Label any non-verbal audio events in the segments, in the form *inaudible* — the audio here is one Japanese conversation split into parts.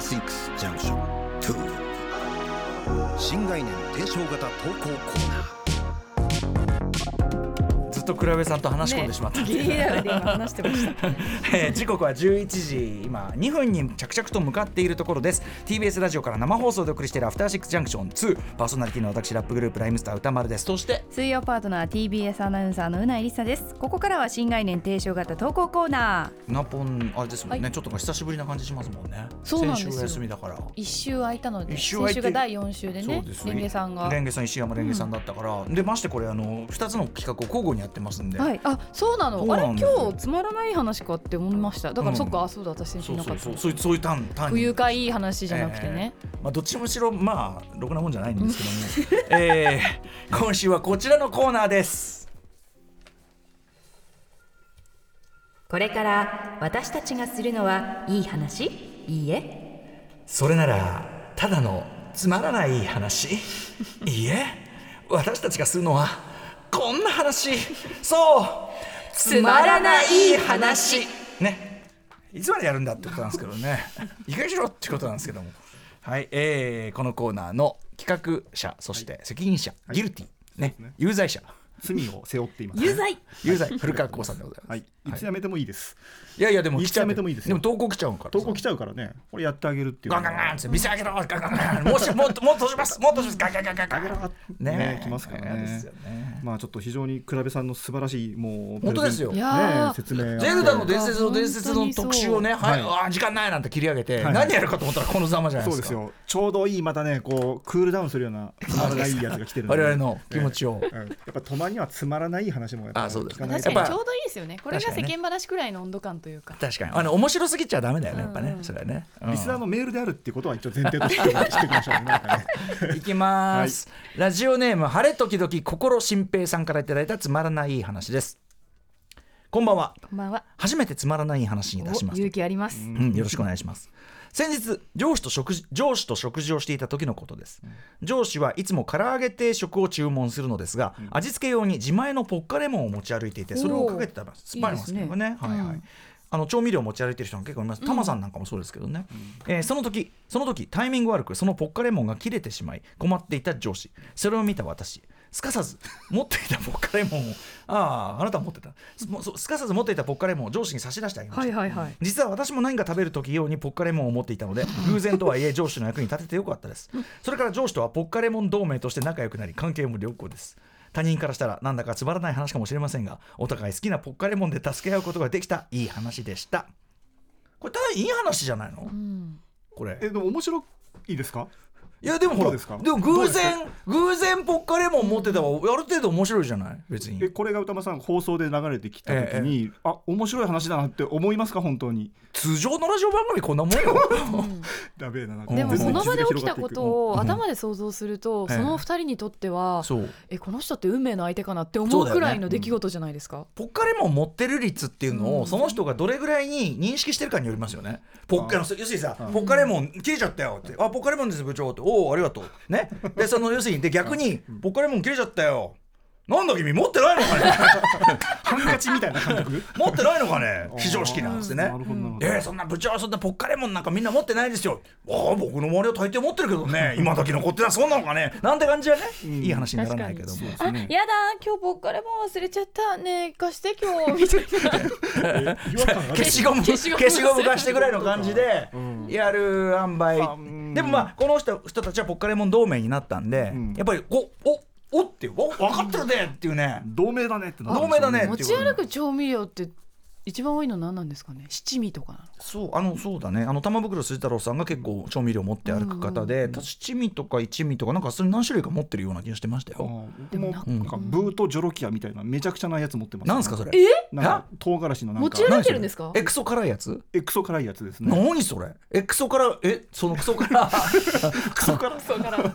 シックスジャンクション2新概念提唱型投稿コーナーずっと倉部さんと話し込んでしまったってギいうリギリだよね今話してました *laughs* えー時刻は11時今2分に着々と向かっているところです TBS ラジオから生放送でお送りしている「アフターシックスジャンクション2」パーソナリティの私ラップグループライムスター歌丸ですそして水曜パートナー TBS アナウンサーのうないりさですここからは新概念提唱型投稿コーナーナポンあれですもんね、はちょっと久しぶりな感じしますもんねそうなんですよ先週お休みだから一週空いたので一週空い先て週が第四週でそうねですねレンゲさんがレンゲさん石山レンゲさんだったから、でましてこれあの2つの企画を交互にやってますんで、はいあそうなのそうあれなんですよ今日つまらない話かって思いましただから、うんそっかあそうだ私先週そなうそかっうたそうそういうそういう単単不に愉快いい話じゃなくてね、まあ、どっちもしろまあろくなもんじゃないんですけども、 *laughs* えー今週はこちらのコーナーですこれから私たちがするのはいい話いいえそれならただのつまらない話いいえ私たちがするのはこんな話そうつまらない話ねいつまでやるんだってことなんですけどね *laughs* いい加減しろってことなんですけどもはい、えーこのコーナーの企画者そして責任者、ギルティね有罪者罪を背負っています。有罪有罪古川光さんでございます、はい、いつやめてもいいです。いやいやでもいつやめてもいいですよでも投稿来ちゃうから投稿来ちゃうからね、これやってあげるっていう。ガンガンガンって店開けろガンガンガンもうしもっともっと閉じますもっと閉じますガンガンガンガンガンねねえ来ますから嫌ねですよねまあちょっと非常に比べさんの素晴らしいもう本当ですよプレゼンいやーねえ説明ゼルダの伝説の伝説の本当にそう特集をね、はい、はいあー時間ないなんて切り上げて、はい何やるかと思ったらこのざまじゃないそですうでか。すよちょうどいいまたねこうクールダウンするようなつまらないやつが来てるんで我々の気持ちを。うんやっぱたまにはつまらない話もやっぱあそうです聞かない確とやっかにぱちょうどいいですよねこれが確か世にね間話くらいの温度感というか確かにあの面白すぎちゃダメだよねやっぱね、うんそれはね、うんリスナーのメールであるっていうことは一応前提としてしておきましょうねなんかねいきます、ラジオネーム晴れ時々心心平さんからいただいたつまらない話ですこんばんはこんばんは初めてつまらない話に出しおました勇気あります、うん、よろしくお願いします。先日上司と食事上司と食事をしていた時のことです、上司はいつも唐揚げ定食を注文するのですが、味付け用に自前のポッカレモンを持ち歩いていてそれをかけて食べます酸っぱいのが好きなのがねはいはい、あの調味料を持ち歩いてる人が結構いますタマさんなんかもそうですけどね、えーその時その時タイミング悪くそのポッカレモンが切れてしまい困っていた上司それを見た私すかさず持っていたポッカレモンをあああなた持ってたすもうそうすかさず持っていたポッカレモンを上司に差し出してあげました、はいはい実は私も何か食べる時用にポッカレモンを持っていたので偶然とはいえ上司の役に立ててよかったですそれから上司とはポッカレモン同盟として仲良くなり関係も良好です他人からしたらなんだかつまらない話かもしれませんがお互い好きなポッカレモンで助け合うことができたいい話でしたこれただいい話じゃないの、これ *laughs* えでも面白いですかいやでもほどらうでですかも偶然偶然ポッカレモン持ってたわある程度面白いじゃない別にえこれが歌間さん放送で流れてきた時に、あ面白い話だなって思いますか本当に通常のラジオ番組こんなもんよ *laughs* だべえななんうかんでも全そ然の場で傷が起きた広がっていくことうんを頭で想像すると、ええその二人にとっては、そうえこの人って運命の相手かなって思そううだよねくらいの出来事じゃないですか、ポッカレモン持ってる率っていうのを、その人がどれぐらいに認識してるかによりますよね。ポッカの要するにさ、ポッカレモン切れちゃったよって、あ、ポッカレモンです部長って、おお、ありがとう。ね、で、その要するに、で、逆に、ポッカレモン切れちゃったよ。なんだ君持ってないのかね *laughs* ハンカチみたいな感覚持ってないのかね *laughs* 非常識なんですねなるほどなるほど、えー、そんな部長そんなポッカレモンなんかみんな持ってないですよああ僕の周りは大抵持ってるけど *laughs* ね今だけ残ってないそうなのかねなんて感じはね、いい話にならないけどもそうですねやだ今日ポッカレモン忘れちゃったねえ貸して今日みたいな違和感ある消しゴム消消ししゴゴムム貸してぐらいの感じでやる塩梅、あうんでもまあこの人人たちはポッカレモン同盟になったんで、うんやっぱりおおおってお分かってるでっていうね同盟だねってな同盟だね持ち歩く調味料って一番多いの何なんですかね七味とかなのそうあのそうだねあの玉袋筋太郎さんが結構調味料持って歩く方で、七味とか一味とかなんかそれ何種類か持ってるような気がしてましたあよ。でもなんかブートジョロキアみたいなめちゃくちゃなやつ持ってます、なんすかそれれなんか唐辛子のなん持かち歩いてるんですかえクソ辛いやつえクソ辛いやつですね何それえクソ辛いえそのクソ *laughs* 辛クソ辛そう辛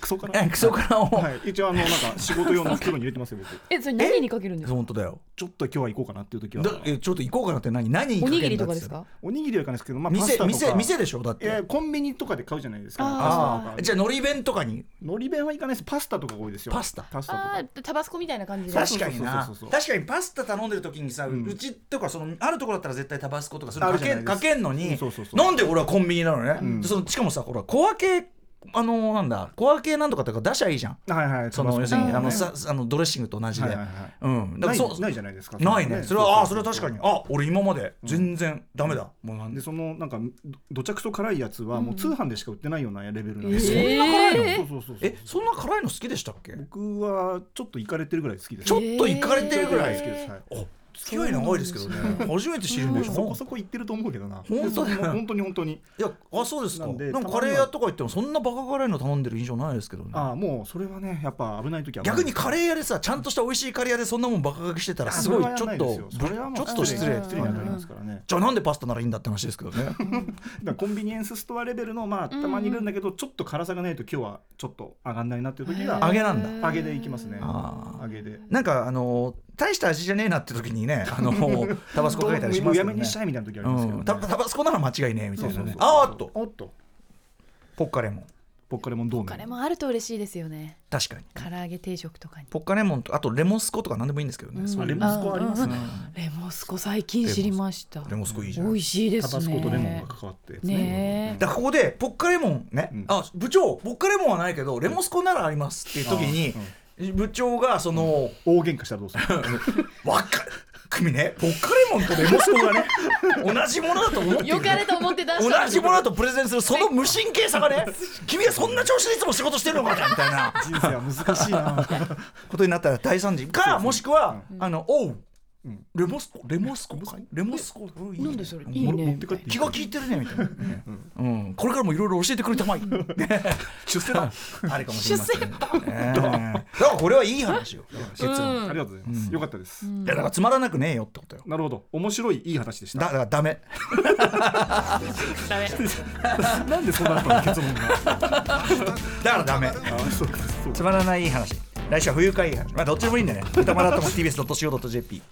クソ辛えクソ辛を、はい一応あのなんか仕事用の袋に入れてますよ僕えそれ何にかけるんですか本当だよちょっと今日は行こうかなっていう時はだえちょっと行こうかなって何何におかけんだっにてぎりとかですかおにぎりはいかないですけど、まあ、パスタと店か店店でしょだっいやてコンビニとかで買うじゃないですか、あーパスタとかじゃあ海苔弁とかにのり弁はいかないですパスタとかが多いですよパスタパスタとかああタバスコみたいな感じでそうそ確かうになそうそうそう確かにパスタ頼んでる時にさ、ううんちとかそのあるところだったら絶対タバスコとかそれあかるじゃけないですかけんのに、うんそうそうそうなんで俺はコンビニなのね、うんでそのしかもさほら小分けあのーなんだ小分けなんとかとか出しゃいいじゃんはいはいその要するに、ねあのさあのドレッシングと同じで、はいはいはいうんだかならいそうないじゃないですかないねそれはああそれは確かにああ俺今まで全然ダメだ、もうなんででそのなんかどどちゃくそ辛いやつはもう通販でしか売ってないようなレベルなんですえーそんな辛いのえーそうそうそうそうえそんな辛いの好きでしたっけ僕はちょっといかれてるぐらい好きですちょっと行かれてるぐらい好きです、はい、あ付き合い長いですけどね初めて知るんでしそこょそこ行ってると思うけどな本当だよ本当に本当にいやあそうですかななんでんかカレー屋とか行ってもそんなバカ辛いの頼んでる印象ないですけどねああもうそれはねやっぱ危ない時は危ない逆にカレー屋でさちゃんとした美味しいカレー屋でそんなもんバカ書きしてたらすごいちょっとそれはちもょうっと失礼失礼に当たりますからねじゃあなんでパスタならいいんだって話ですけどねだからコンビニエンスストアレベルのまあたまにいるんだけどちょっと辛さがないと今日はちょっと上がんないなっていう時が揚げなんだ揚げでいきますねあー揚げでなんかあの大した味じゃねえなって時にねあ *laughs* のタバスコかけたりしもまうすやよめねにしたいみたいな時ありますけど、ねうん、タタバスコなら間違いねえみたいなそうそうねそうあーっとおっとポッカレモンポッカレモンどうカレーもあると嬉しいですよね確かに唐揚げ定食とかにポッカレモンとあとレモンスコとか何でもいいんですけどね、うんそうレモンスコありますね、レモスコ最近知りましたレモンスコいいじ美ゃん味しいでタすバスコねとレモンが関わってねえだからここでポッカレモンね、うんあ部長ポッカレモンはないけどレモンスコならありますっていう時にあー、部長がその、大喧嘩したらどうするわか組ねポッカレモンとレモンスコがね *laughs* 同じものだと思ってよるかれと思って出した同じものだとプレゼンするその無神経さが *laughs* ね君はそんな調子でいつも仕事してるのかみたいな人生は難しいなことになったら大惨事かもしくは、あのおう、うんレモスコレモスコかいレモスコうんいいねなんでそれういいね持って帰っていい気が利いてるねみたいな、ねうんこれからもいろいろ教えてくれた *laughs* まい出世だあれかもしれませんね、ねえだからこれはいい話よ結論、ありがとうございます、よかったです、いやだからつまらなくねえよってことよなるほど面白いいい話でしだだたからダメなんでそうなったの結論がだからダメあそうかそうかつまらないいい話来週は不愉快いい話まあどっちでもいいんだね歌丸だとも TBS.CO.JP